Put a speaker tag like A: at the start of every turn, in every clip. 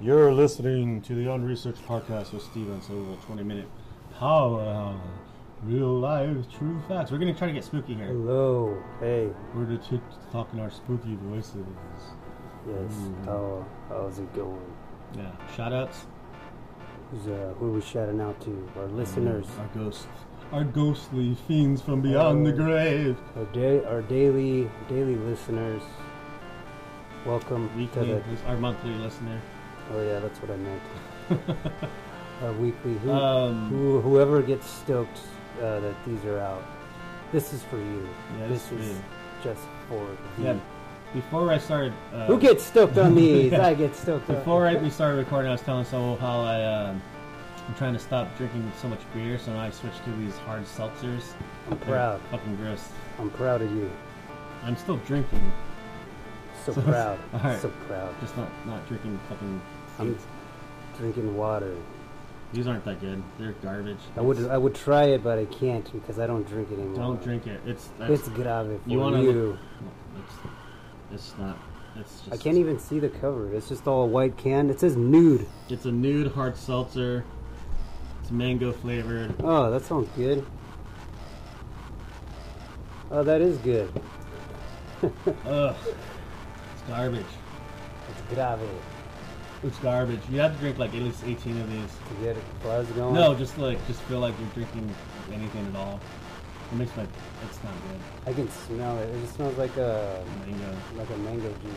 A: You're listening to the Unresearched Podcast with Steven Silva, 20 minute power hour. Real life, true facts. We're going to try to get spooky here.
B: Hello. Hey.
A: We're going to talk in our spooky voices.
B: Yes.
A: Mm.
B: How how's it going?
A: Yeah. Shout outs.
B: Who's, uh, who we shouting out to? Our listeners.
A: Our ghosts. Our ghostly fiends from beyond the
B: Oh.
A: grave.
B: Our, da- our daily daily listeners. Welcome to
A: Weekly,
B: the.
A: is our monthly listener.
B: Oh yeah, that's what I meant. our weekly. Who,
A: Um,
B: who whoever gets stoked uh, that these are out. This is for you.
A: Yeah, this
B: this
A: is
B: is
A: me.
B: just for you.
A: yeah. Before I started. Uh,
B: Who gets stoked on these? I get stoked on.
A: Before I, we started recording, I was telling someone how I, um, I'm trying to stop drinking so much beer, so now I switched to these hard seltzers.
B: I'm
A: They're
B: proud.
A: Fucking gross.
B: I'm proud of you.
A: I'm still drinking,
B: So
A: So-
B: proud.
A: all right.
B: So proud.
A: just not not drinking fucking.
B: I'm drinking water.
A: These aren't that good. They're garbage.
B: I would I would try it, but I can't because I don't drink it anymore.
A: Don't drink it. It's that's,
B: It's grave for
A: You
B: you.
A: wanna look- it's it's not. It's just.
B: I can't even see the cover. It's just all white can. It says nude.
A: It's a nude hard seltzer. It's mango flavored.
B: Oh, that sounds good. Oh, that is good.
A: Ugh. It's garbage.
B: It's grave.
A: It's garbage. You have to drink like at least 18 of these.
B: To get buzz going.
A: No, just like just feel like you're drinking anything at all. It makes my it's not good.
B: I can smell it. It just smells like a
A: Mango.
B: like a mango juice.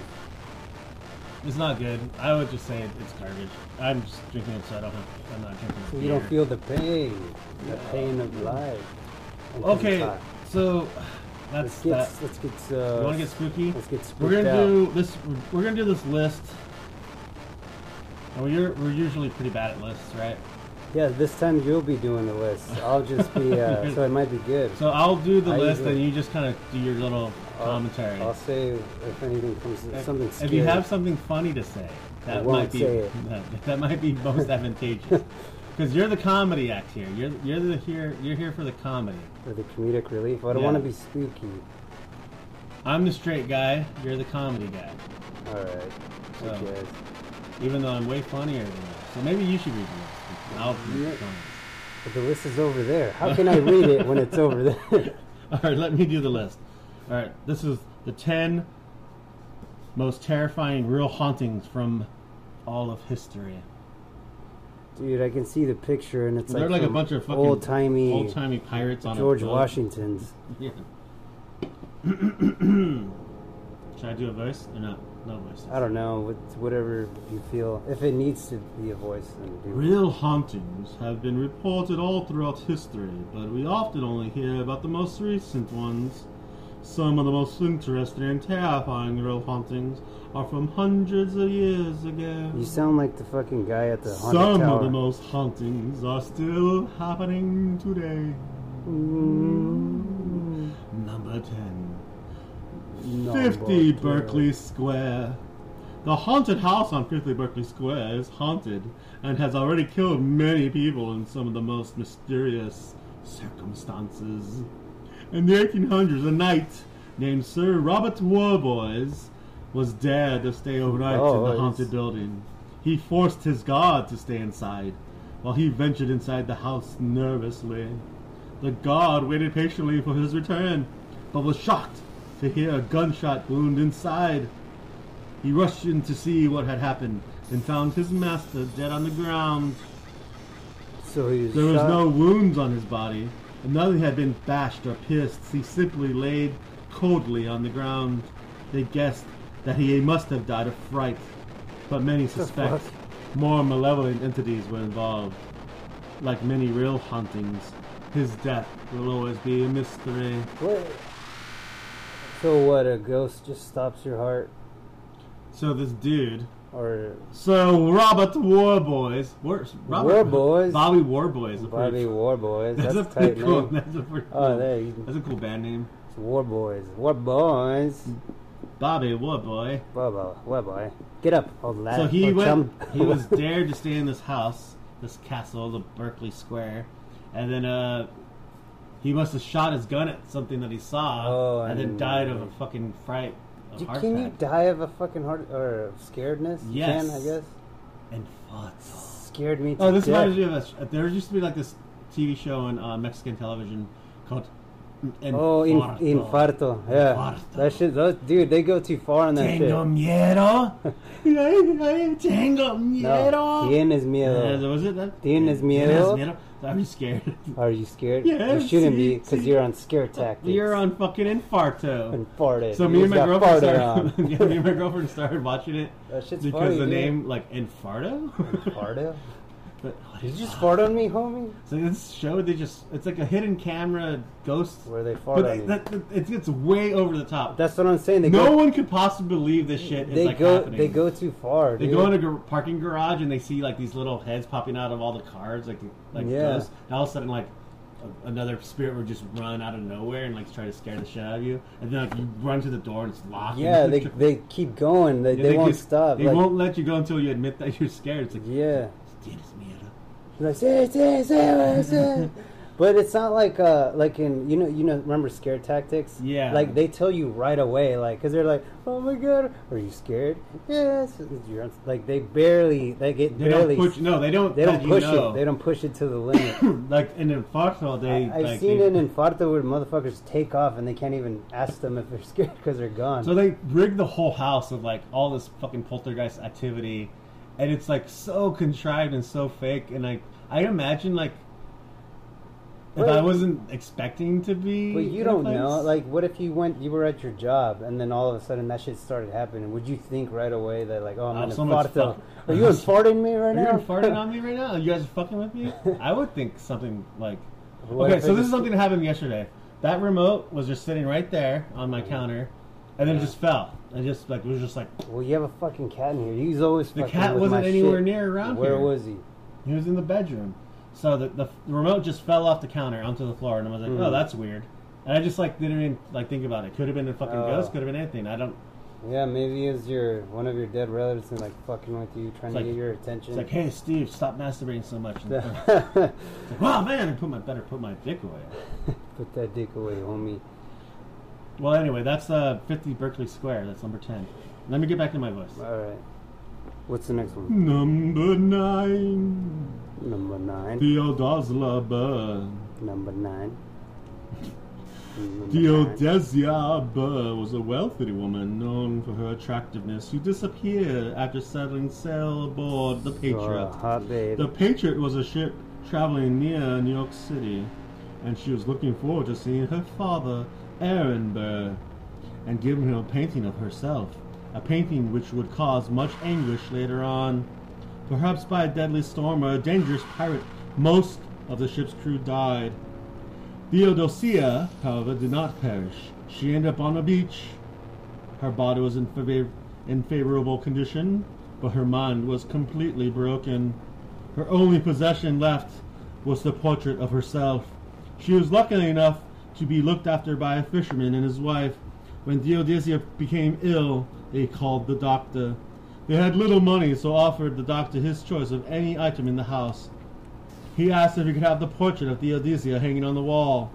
A: It's not good. I would just say it, it's garbage. I'm just drinking it so I don't have I'm not drinking
B: So
A: beer.
B: you don't feel the pain, the pain of life. And
A: Okay,
B: hot.
A: so that's
B: Let's get
A: that.
B: let's get uh,
A: You want to get spooky?
B: let's get
A: We're gonna
B: spooked out.
A: do this. We're, we're gonna do this list. And we're we're usually pretty bad at lists, right?
B: Yeah, this time you'll be doing the list. I'll just be, uh, so it might be good.
A: So I'll do the
B: I
A: list,
B: usually-
A: and you just kind of do your little commentary.
B: I'll say if anything comes,
A: If-
B: something
A: if,
B: scary.
A: you have something funny to say, that
B: won't
A: might be
B: say it.
A: That, that might be most advantageous. Because you're the comedy act here. You're you're the here you're here for the comedy.
B: For the comedic relief. I don't
A: Yeah.
B: want to be spooky.
A: I'm the straight guy. You're the comedy guy.
B: Alright.
A: So-
B: I guess.
A: Even though I'm way funnier than you. So maybe you should read the list. I'll read the
B: Yeah.
A: comments.
B: But the list is over there. How can I read it when it's over there?
A: All right, let me do the list. All right, this is the 10 most terrifying real hauntings from all of history.
B: Dude, I can see the picture and it's
A: They're like,
B: like,
A: a bunch of fucking
B: old timey
A: old-timey pirates on
B: George
A: a boat.
B: Washington's.
A: Yeah. Should I do a voice or not? No voice.
B: I don't know, what- whatever you feel. If it needs to be a voice, then do it.
A: Real hauntings have been reported all throughout history, but we often only hear about the most recent ones. Some of the most interesting and terrifying real hauntings are from hundreds of years ago.
B: You sound like the fucking guy at the haunted
A: Some
B: tower.
A: of the most hauntings are still happening today.
B: Mm.
A: Number 10.
B: Number
A: 50
B: two.
A: Berkeley Square. The haunted house on 50 Berkeley Square is haunted and has already killed many people in some of the most mysterious circumstances. In the 1800s, a knight named Sir Robert Warboys was dared to stay overnight
B: Oh,
A: in the
B: it's-
A: haunted building. He forced his guard to stay inside, while he ventured inside the house nervously. The guard waited patiently for his return, but was shocked to hear a gunshot wound inside. He rushed in to see what had happened and found his master dead on the ground.
B: So he was
A: There was
B: shot-
A: no wounds on his body, and nothing had been bashed or pierced. He simply laid coldly on the ground. They guessed that he must have died of fright, but many suspect
B: fuck?
A: more malevolent entities were involved. Like many real hauntings, his death will always be a mystery.
B: What? So what? A ghost just stops your heart,
A: So this dude,
B: or
A: so Robert Warboys, War, Robert,
B: Warboys?
A: Bobby Warboys, is a pretty-
B: Bobby War Boys?
A: That's,
B: That's,
A: a
B: tight
A: pretty cool.
B: name.
A: That's a pretty
B: Oh,
A: cool-
B: there you-
A: That's a cool band name.
B: It's War Boys. War Boys.
A: Bobby Warboy.
B: Bubba. War Boy. Get up, old lad.
A: So he
B: old
A: went.
B: Uh, chum.
A: he was dared to stay in this house, this castle, the Berkeley Square, and then uh, he must have shot his gun at something that he saw,
B: Oh,
A: and then
B: and-
A: died of a fucking fright, a
B: Do-
A: heart
B: Can you
A: attack.
B: die of a fucking heart or of scaredness? You
A: Yes.
B: Can I guess?
C: and futsal.
B: Scared me to
A: Oh, this
B: death.
A: reminds me of us. There used to be like this TV show on uh, Mexican television called. En-
B: Oh, in,
A: Farto.
B: infarto. Yeah.
A: Infarto.
B: That shit, those, dude, they go too far on that
C: Tengo
B: shit.
C: miedo.
A: Tengo
B: No,
A: miedo.
B: tienes miedo.
A: Uh, was it that?
B: Tienes miedo?
A: I'm scared.
B: Are you scared?
A: Yes,
B: you shouldn't be,
A: yes,
B: because
A: yes.
B: you're on scare tactics.
A: You're on fucking infarto.
B: And farted.
A: So
B: You
A: me and
B: just
A: my
B: got
A: girlfriend
B: farted
A: started,
B: on.
A: yeah, me and my girlfriend started watching it
B: That shit's
A: because
B: funny,
A: the
B: dude.
A: name like Infarto.
B: Farted?
A: but, what
B: Did
A: is
B: you just fart on me, homie?
A: So this show they just it's like a hidden camera ghost.
B: Where they fart
A: But
B: on
A: they,
B: you.
A: that, that- it gets way over the top.
B: That's what I'm saying. They
A: no
B: go,
A: one could possibly believe this shit is
B: they
A: like
B: go,
A: happening.
B: they go too far.
A: They
B: dude.
A: go in a gar- parking garage and they see like these little heads popping out of all the cars, like like
B: Yeah.
A: ghosts. And all of a sudden, like a, another spirit would just run out of nowhere and like try to scare the shit out of you. And then like you run to the door and it's locked.
B: Yeah,
A: And
B: they
A: you-
B: they keep going. They,
A: Yeah,
B: they, won't
A: just-
B: stop.
A: They
B: like,
A: won't let you go until you admit that you're scared. It's like
B: Yeah.
A: "Tienes miedo."
B: Like, "Sí, sí, sí, sí." but it's not like uh like in you know you know remember scare tactics
A: Yeah.
B: like they tell you right away like because they're like oh my god are you scared yes You're- like they barely they get
A: They
B: barely
A: don't push. No, they don't.
B: they don't
A: let you
B: push
A: know.
B: it they don't push it to the limit
A: like in Infarto, they.
B: I, I've
A: like,
B: seen
A: they-
B: an infarto where motherfuckers take off and they can't even ask them if they're scared because they're gone
A: So they rig the whole house with like all this fucking poltergeist activity, and it's like so contrived and so fake. And like I imagine like if I
B: Well-
A: wasn't expecting to be,
B: But
A: in
B: you
A: a
B: don't
A: place-
B: know. Like, what if you went, you were at your job, and then all of a sudden that shit started happening? Would you think right away that, like, oh,
A: Oh,
B: I'm in
A: someone's
B: infarto?
A: fuck-
B: Are you farting me
A: Are
B: right
A: you
B: now?
A: farting on me right now? You guys are fucking with me? I would think something like.
B: What
A: okay,
B: if
A: so
B: it
A: this is
B: just-
A: something that happened yesterday. That remote was just sitting right there on my counter, and then it just fell. And just like it was just like
B: Well, you have a fucking cat in here. He's always
A: The
B: fucking
A: cat
B: with
A: wasn't
B: my
A: anywhere
B: shit.
A: near around
B: Where
A: here.
B: was he?
A: he was in the bedroom, so the the, the remote just fell off the counter onto the floor, and I was like,
B: Mhm.
A: oh, that's weird. And I just like didn't even like think about it. Could have been a fucking
B: Oh.
A: ghost. Could have been anything. I don't.
B: Yeah, maybe it was your one of your dead relatives and like fucking with you, trying
A: It's
B: to
A: like-
B: get your attention.
A: It's like, hey, Steve, stop masturbating so much. And, it's like, wow, man, I put my better put my dick away.
B: Put that dick away, homie.
A: Well, anyway, that's uh, 50 Berkeley Square. That's number 10. Let me get back to my voice.
B: All right. What's the next one?
A: Number 9.
B: Number nine.
A: Theodosla Burr.
B: Number nine. Number nine.
A: Theodesia Burr was a wealthy woman known for her attractiveness who disappeared after settling sail aboard the Patriot.
B: Oh, hot babe.
A: The Patriot was a ship traveling near New York City, and she was looking forward to seeing her father, Aaron Burr, and giving him a painting of herself, a painting which would cause much anguish later on. Perhaps by a deadly storm or a dangerous pirate, most of the ship's crew died. Theodosia, however, did not perish. She ended up on a beach. Her body was in, favor- in favorable condition, but her mind was completely broken. Her only possession left was the portrait of herself. She was lucky enough to be looked after by a fisherman and his wife. When Theodosia became ill, they called the doctor. They had little money, so offered the doctor his choice of any item in the house. He asked if he could have the portrait of Theodosia hanging on the wall.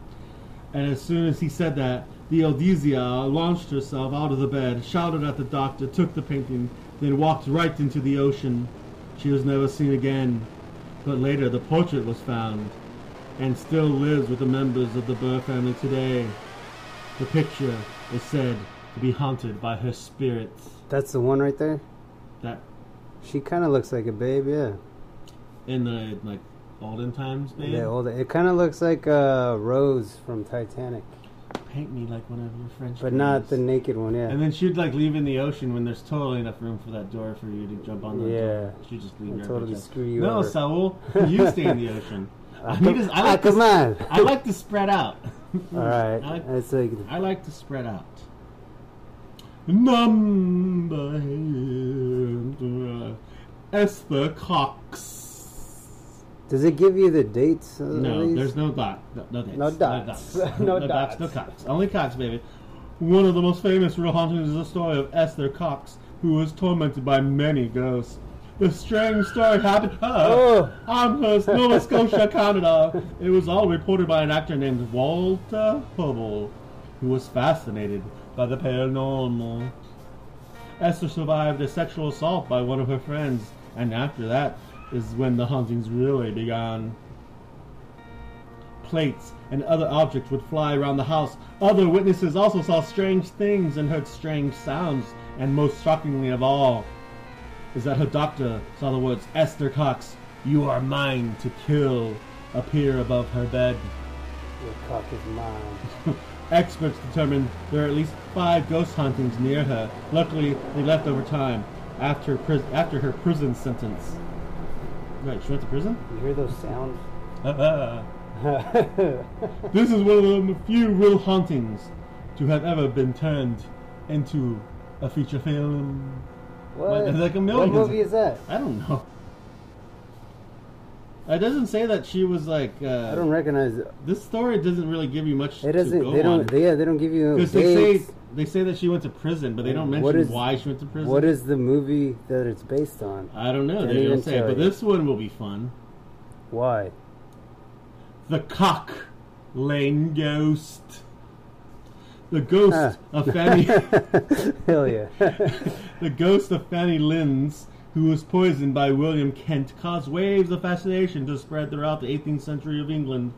A: And as soon as he said that, Theodosia launched herself out of the bed, shouted at the doctor, took the painting, then walked right into the ocean. She was never seen again. But later, the portrait was found and still lives with the members of the Burr family today. The picture is said to be haunted by her spirits.
B: That's the one right there.
A: That
B: She kind of looks like a babe, yeah.
A: in the like olden times, man.
B: The old, it kind of looks like uh, Rose from Titanic,
A: Paint me like one of your French.
B: but not
A: girls.
B: the naked one, yeah.
A: And then she'd like leave in the ocean when there's totally enough room for that door for you to jump on the
B: Yeah.
A: door. She'd just leave
B: And
A: your
B: totally
A: paycheck.
B: screw you
A: No,
B: over.
A: Saul, you stay in the ocean. I need to, I
B: ah,
A: like to,
B: come on!
A: I like to spread out.
B: All right,
A: I like,
B: it's like
A: I like to spread out. Number uh, Esther Cox.
B: does it give you the dates? uh, Of
A: No,
B: these?
A: there's no dot. No, no dates.
B: No dots.
A: No,
B: No
A: dots.
B: dots.
A: No Cox. Only Cox, baby. One of the most famous real hauntings is the story of Esther Cox, who was tormented by many ghosts. The strange story happened to her
B: Oh.
A: on her Nova Scotia, Canada. It was all reported by an actor named Walter Hubble, who was fascinated by the paranormal. Esther survived a sexual assault by one of her friends And after that is when the huntings really began. Plates and other objects would fly around the house. Other witnesses also saw strange things and heard strange sounds. And most shockingly of all is that her doctor saw the words Esther Cox, you are mine to kill, appear above her bed.
B: Your cock is mine.
A: Experts determined there are at least five ghost hauntings near her. Luckily, they left over time after pris- after her prison sentence. Right, she went to prison.
B: You hear those sounds?
A: this is one of the few real hauntings to have ever been turned into a feature film.
B: what?
A: It's like a
B: what
A: million.
B: movie is that?
A: I don't know. It doesn't say that she was like. Uh,
B: I don't recognize it.
A: this story doesn't really give you much. To
B: It doesn't.
A: go
B: They
A: on.
B: don't. They, yeah, they don't give you
A: Because they say
B: dates.
A: they say that she went to prison, but they don't
B: What
A: mention
B: is-
A: why she went to prison.
B: What is the movie that it's based on?
A: I don't know.
B: They
A: They
B: didn't
A: don't say.
B: tell
A: But
B: you.
A: this one will be fun.
B: Why?
A: The cock lane ghost. The ghost
B: Huh.
A: of Fanny.
B: Hell yeah!
A: the ghost of Fanny Lins, who was poisoned by William Kent, caused waves of fascination to spread throughout the 18th century of England.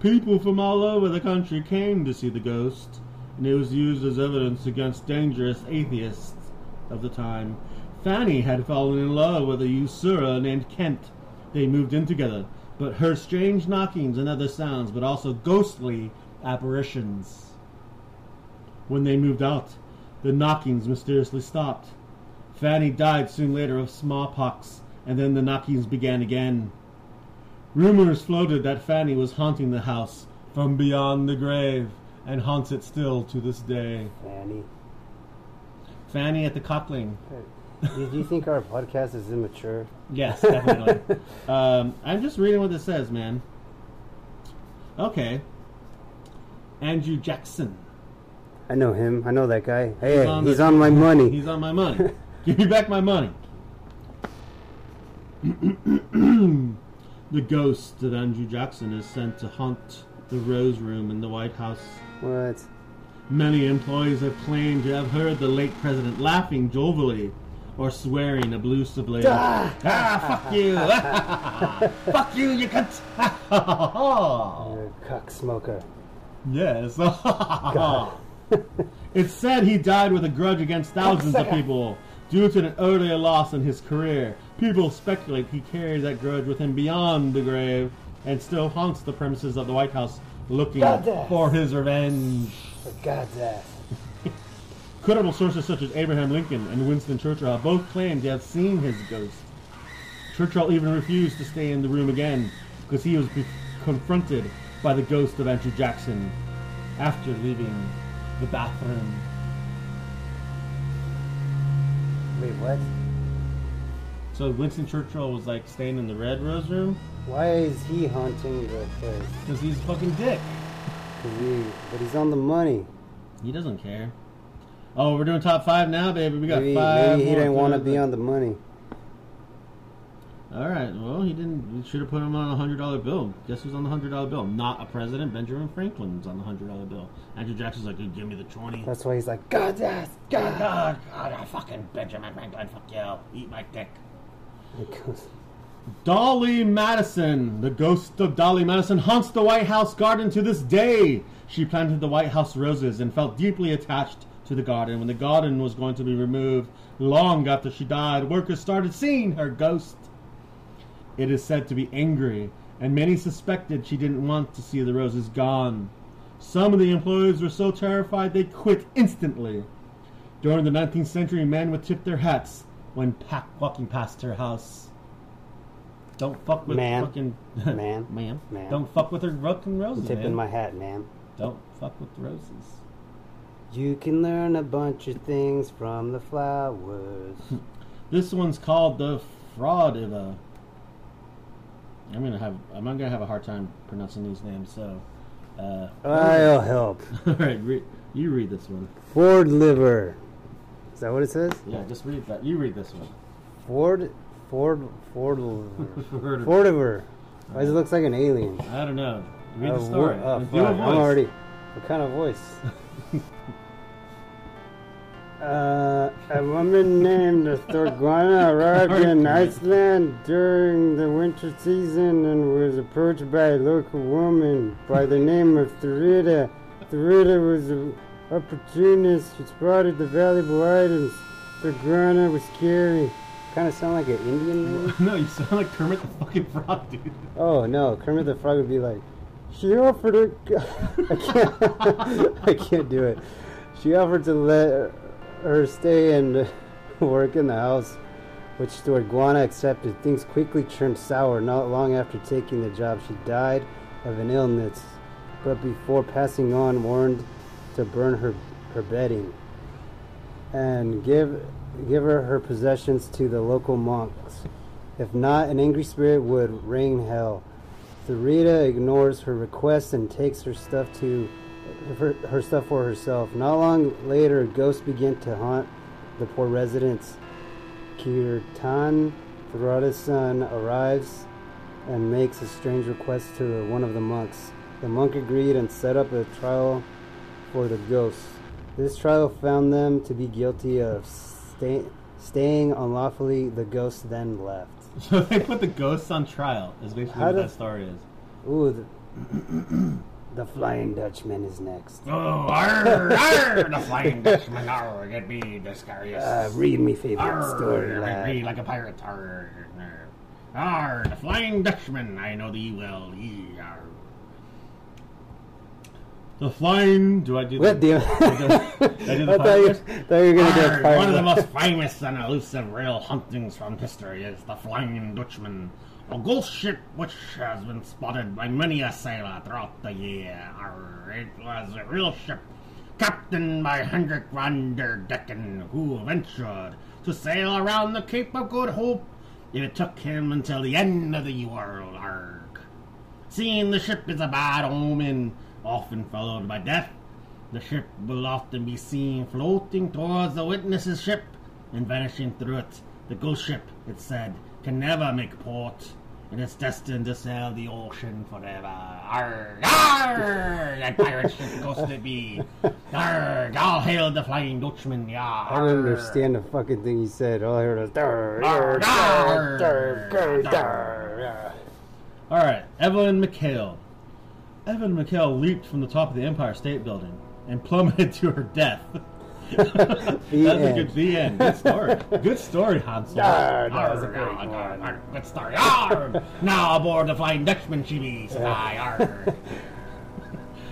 A: People from all over the country came to see the ghost, and it was used as evidence against dangerous atheists of the time. Fanny had fallen in love with a usurer named Kent. They moved in together, but her strange knockings and other sounds, but also ghostly apparitions. When they moved out, the knockings mysteriously stopped. Fanny died soon later of smallpox, and then the knockings began again. Rumors floated that Fanny was haunting the house from beyond the grave and haunts it still to this day.
B: Fanny,
A: Fanny at the Cockling.
B: do you think our podcast is immature?
A: Yes, definitely. um, I'm just reading what it says, man. Okay. Andrew Jackson.
B: I know him. I know that guy. Hey, he's
A: on
B: on,
A: the-
B: my money.
A: He's on my money. Give me back my money. the ghost of Andrew Jackson is sent to haunt the Rose Room in the White House.
B: what?
A: Many employees have claimed to have heard the late president laughing jovially or swearing ablusively.
B: Ah!
A: ah, fuck you! Ah, fuck you, you cunt!
B: You're a cock smoker.
A: yes. It's said he died with a grudge against thousands of
B: Cocksucker.
A: people due to an earlier loss in his career. People speculate he carries that grudge with him beyond the grave and still haunts the premises of the White House looking
B: Goddamn.
A: for his revenge.
B: For God's ass.
A: Credible sources such as Abraham Lincoln and Winston Churchill have both claimed to have seen his ghost. Churchill even refused to stay in the room again because he was be- confronted by the ghost of Andrew Jackson after leaving the bathroom.
B: Wait, what?
A: So Winston Churchill was like staying in the Red Rose room
B: Why is he haunting the place?
A: because he's a fucking dick.
B: 'Cause he, but he's on the money.
A: He doesn't care. Oh, we're doing top five now, baby. We got
B: Maybe,
A: five.
B: maybe he
A: more
B: didn't want to
A: through
B: be
A: the-
B: on the money.
A: All right. Well, he didn't. We should have put him on a hundred dollar bill. Guess who's on the hundred dollar bill? Not a president. Benjamin Franklin's on the hundred dollar bill. Andrew Jackson's like, "Dude, give me the twenty. Oh,
B: That's why he's like, God's ass, God.
A: God, God, I fucking Benjamin Franklin. Fuck you. Eat my dick.
B: Because-
A: Dolly Madison, the ghost of Dolly Madison, haunts the White House garden to this day. She planted the White House roses and felt deeply attached to the garden. When the garden was going to be removed, long after she died, workers started seeing her ghost. It is said to be angry, and many suspected she didn't want to see the roses gone. Some of the employees were so terrified they quit instantly. During the 19th century, men would tip their hats when pa- walking past her house. Don't fuck with
B: Ma'am.
A: fucking
B: Ma'am.
A: ma'am.
B: Ma'am.
A: Don't fuck with her fucking roses.
B: Tipping
A: man.
B: my hat, man.
A: Don't fuck with the roses.
B: You can learn a bunch of things from the flowers.
A: This one's called the Fraudiva. I'm gonna have I'm gonna have a hard time pronouncing these names. So, uh,
B: I'll help.
A: all right, re- you read this one.
B: Ford liver. Is that what it says?
A: Yeah, just read that. You read this one.
B: Ford, Ford, Ford,
A: Ford-
B: Ford liver. Why does it look like an alien?
A: I don't know. Read
B: Uh,
A: the
B: wo-
A: story.
B: oh,
A: Do a
B: fuck, I'm
A: voice.
B: already. What kind of voice? Uh, a woman named Thorgunna arrived in Iceland during the winter season and was approached by a local woman by the name of Thurida. Thurida was an opportunist who spotted the valuable items Thorgunna was carrying. Kind of sound like an Indian name?
A: no, you sound like Kermit the fucking Frog, dude.
B: Oh no, Kermit the Frog would be like, she offered her. I can't. I can't do it. She offered to let her stay and work in the house, which the iguana accepted. Things quickly turned sour. Not long after taking the job, she died of an illness, but before passing on, warned to burn her her bedding and give give her her possessions to the local monks. If not, an angry spirit would rain hell. Sarita ignores her request and takes her stuff to her, her stuff for herself. Not long later, ghosts begin to haunt the poor residents. Kirtan, Tharada's son, arrives and makes a strange request to one of the monks. The monk agreed and set up a trial for the ghosts. This trial found them to be guilty of sta- staying unlawfully. The ghosts then left.
A: So they put the ghosts on trial, is basically
B: How
A: what
B: the-
A: that story is.
B: Ooh, the, the Flying Dutchman is next.
C: Oh, arr, arr, the flying Dutchman, arr, get me, Descarius.
B: Uh, read me favorite
C: arr,
B: story,
C: get me
B: lad.
C: like a pirate, arr, arr. Arr, the flying Dutchman, I know thee well, ye, arr.
A: The flying. Do I do
B: What
A: the,
B: the?
A: I did the
B: I thought you,
A: podcast.
B: thought you were gonna do a
C: Arr,
B: pirate.
C: one of the most famous and elusive real huntings from history is the Flying Dutchman, a ghost ship which has been spotted by many a sailor throughout the year. Arr, it was a real ship, captained by Hendrik van der Decken, who ventured to sail around the Cape of Good Hope. It took him until the end of the world. Arg. Seeing the ship is a bad omen, often followed by death. The ship will often be seen floating towards the witness's ship and vanishing through it. The ghost ship, it said, can never make port, and is destined to sail the ocean forever. Arg, arg, that pirate ship ghost it be. Arg, all hail the flying Dutchman, yeah.
B: I don't understand the fucking thing he said. All I heard was. "Dar,
C: Dar,
B: dar, dar,
C: dar,
B: dar,
C: dar."
B: dar."
A: All right, Evelyn McHale. Evelyn McHale leaped from the top of the Empire State Building and plummeted to her death. That's a
B: end.
A: good the end. Good story. good story, Hansel.
B: Dar, that was a
C: Arr,
B: great
C: arr, arr,
B: one.
C: arr, good story. Arr! now aboard the Flying Dutchman, she be, says I. Arr,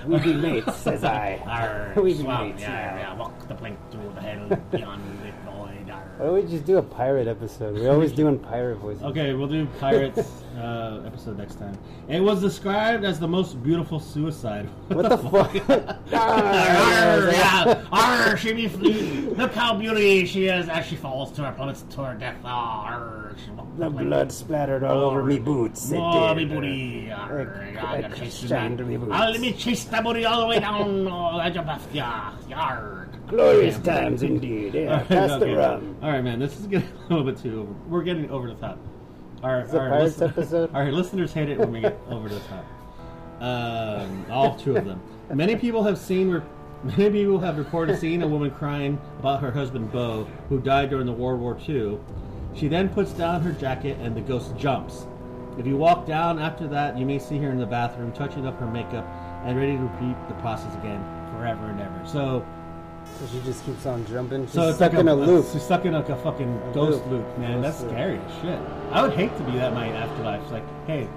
B: We be mates, says I.
C: arr,
B: We can
C: swam,
B: meet
C: yeah,
B: now.
C: yeah, walk the plank through the hell beyond the void.
B: Why
C: Arr.
B: don't we just do a pirate episode? We're always doing pirate voices.
A: Okay, we'll do pirates uh, episode next time. It was described as the most beautiful suicide.
B: What the fuck?
C: Arr,
B: Dar.
C: yeah, arr, she be flee. Look how beauty she is as she falls to her plummets to her death. Arr, she walked
A: Oh
B: The
C: plank
B: blood splattered all over me boots. it
C: Oh,
B: did.
C: me booty. Arr,
B: Like,
C: I gotta
B: like
C: chase
B: shined me
C: that.
B: boots.
C: I'll let me chase that booty all the way down. Oh, I jump off. Yeah, yarr.
B: Glorious times indeed. Yeah, pass the rum.
A: All right, man. This is getting a little bit too over. We're getting over the top. Our,
B: the
A: our,
B: Pirates episode?
A: our listeners hate it when we get over the top. Um, all two of them. Many people have seen. Re- many people have reported seeing a woman crying about her husband Bo, who died during the World War II. She then puts down her jacket, and the ghost jumps. If you walk down after that, you may see her in the bathroom, touching up her makeup, and ready to repeat the process again forever and ever. So
B: So she just keeps on jumping. She's
A: so it's
B: stuck
A: like
B: in a loop.
A: She's stuck in like a fucking ghost
B: loop.
A: loop, man. That's
B: Ghost loop.
A: scary as shit. I would hate to be that my afterlife. It's like, hey,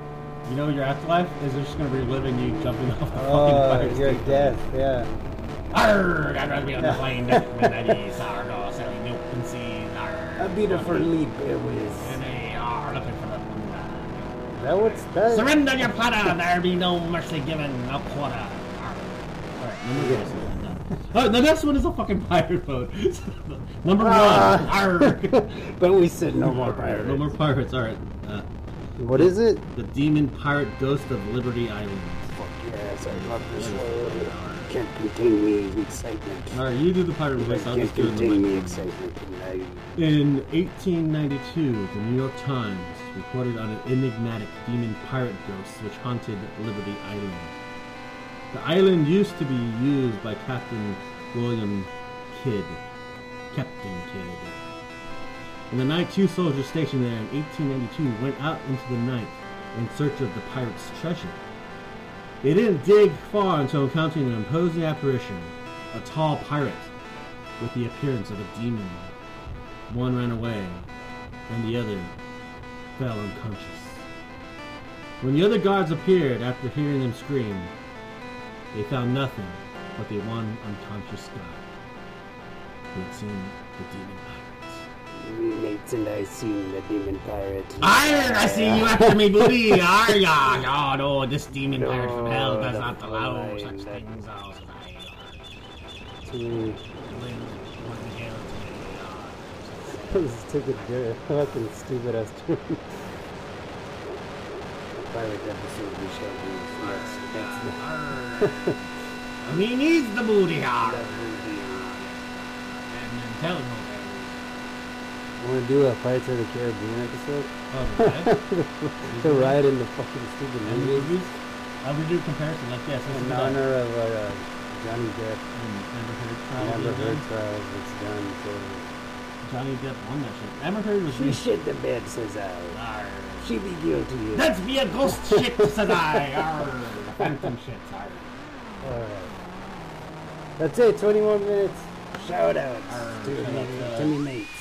A: you know your afterlife is they're just gonna be living you jumping off the
B: Oh,
A: fucking fire
B: your
A: escape.
B: death, yeah.
C: Arr, I'd rather be on the plane than with any sardo selling milk and seeds.
B: A
C: Arr,
B: beautiful leap it was.
C: and they are looking for the plunder.
B: That was that.
C: Surrender your platter, there be no mercy given, no quarter. Arr.
A: Alright, number Oh, the next one is a fucking pirate boat. number
B: Ah.
A: one. Arr.
B: but we said no more pirates.
A: no more pirates. All right. Uh,
B: What is it?
A: the demon pirate ghost of Liberty Island.
B: Fuck yes, I love this world. Can't contain me excitement.
A: All right, you do the pirate
B: I
A: voice. I'll
B: can't
A: just do
B: contain
A: the
B: me excitement. I-
A: In 1892, the New York Times reported on an enigmatic demon pirate ghost which haunted Liberty Island. The island used to be used by Captain William Kidd. Captain Kidd. And the 92 soldiers stationed there in 1892 went out into the night in search of the pirates' treasure. They didn't dig far until encountering an imposing apparition, a tall pirate with the appearance of a demon. One ran away, and the other fell unconscious. When the other guards appeared after hearing them scream, they found nothing but the one unconscious guard who had seen the demon pirates.
B: Nate and I seen the demon pirate.
C: Iron, I see you after me, booty. Are ya? No, no, this demon pirate from hell does
B: No,
C: not allow
B: no,
C: such
B: no.
C: things. Oh, so I,
B: Mm.
C: uh, live with the guilt, uh,
B: Let's take a good fucking stupid ass turn. Pirate episode we shall do next. That's the
C: Arr. And he needs the booty arr.
B: that movie.
C: And then tell him about
B: I want to do a Pirates of the Caribbean episode.
A: Okay.
B: The ride in the fucking stupid
A: Oh, and
B: movie.
A: movies? I would do Oh, comparison like yes, this
B: In
A: is
B: honor of uh, uh, Johnny Depp.
A: Amber Heard trial.
B: Amber
A: was
B: Heard
A: done.
B: trials. uh, It's done. So.
A: Johnny Depp won that shit. Amber Heard was
B: She
A: in-
B: shit the bed, says I.
C: Arr.
B: She be guilty.
C: That's me a ghost shit, said I. Arr. Phantom shit, arr.
B: Alright. That's it. 21 minutes. Shout out
C: Arr,
B: to,
C: shout out to-
B: to me mates.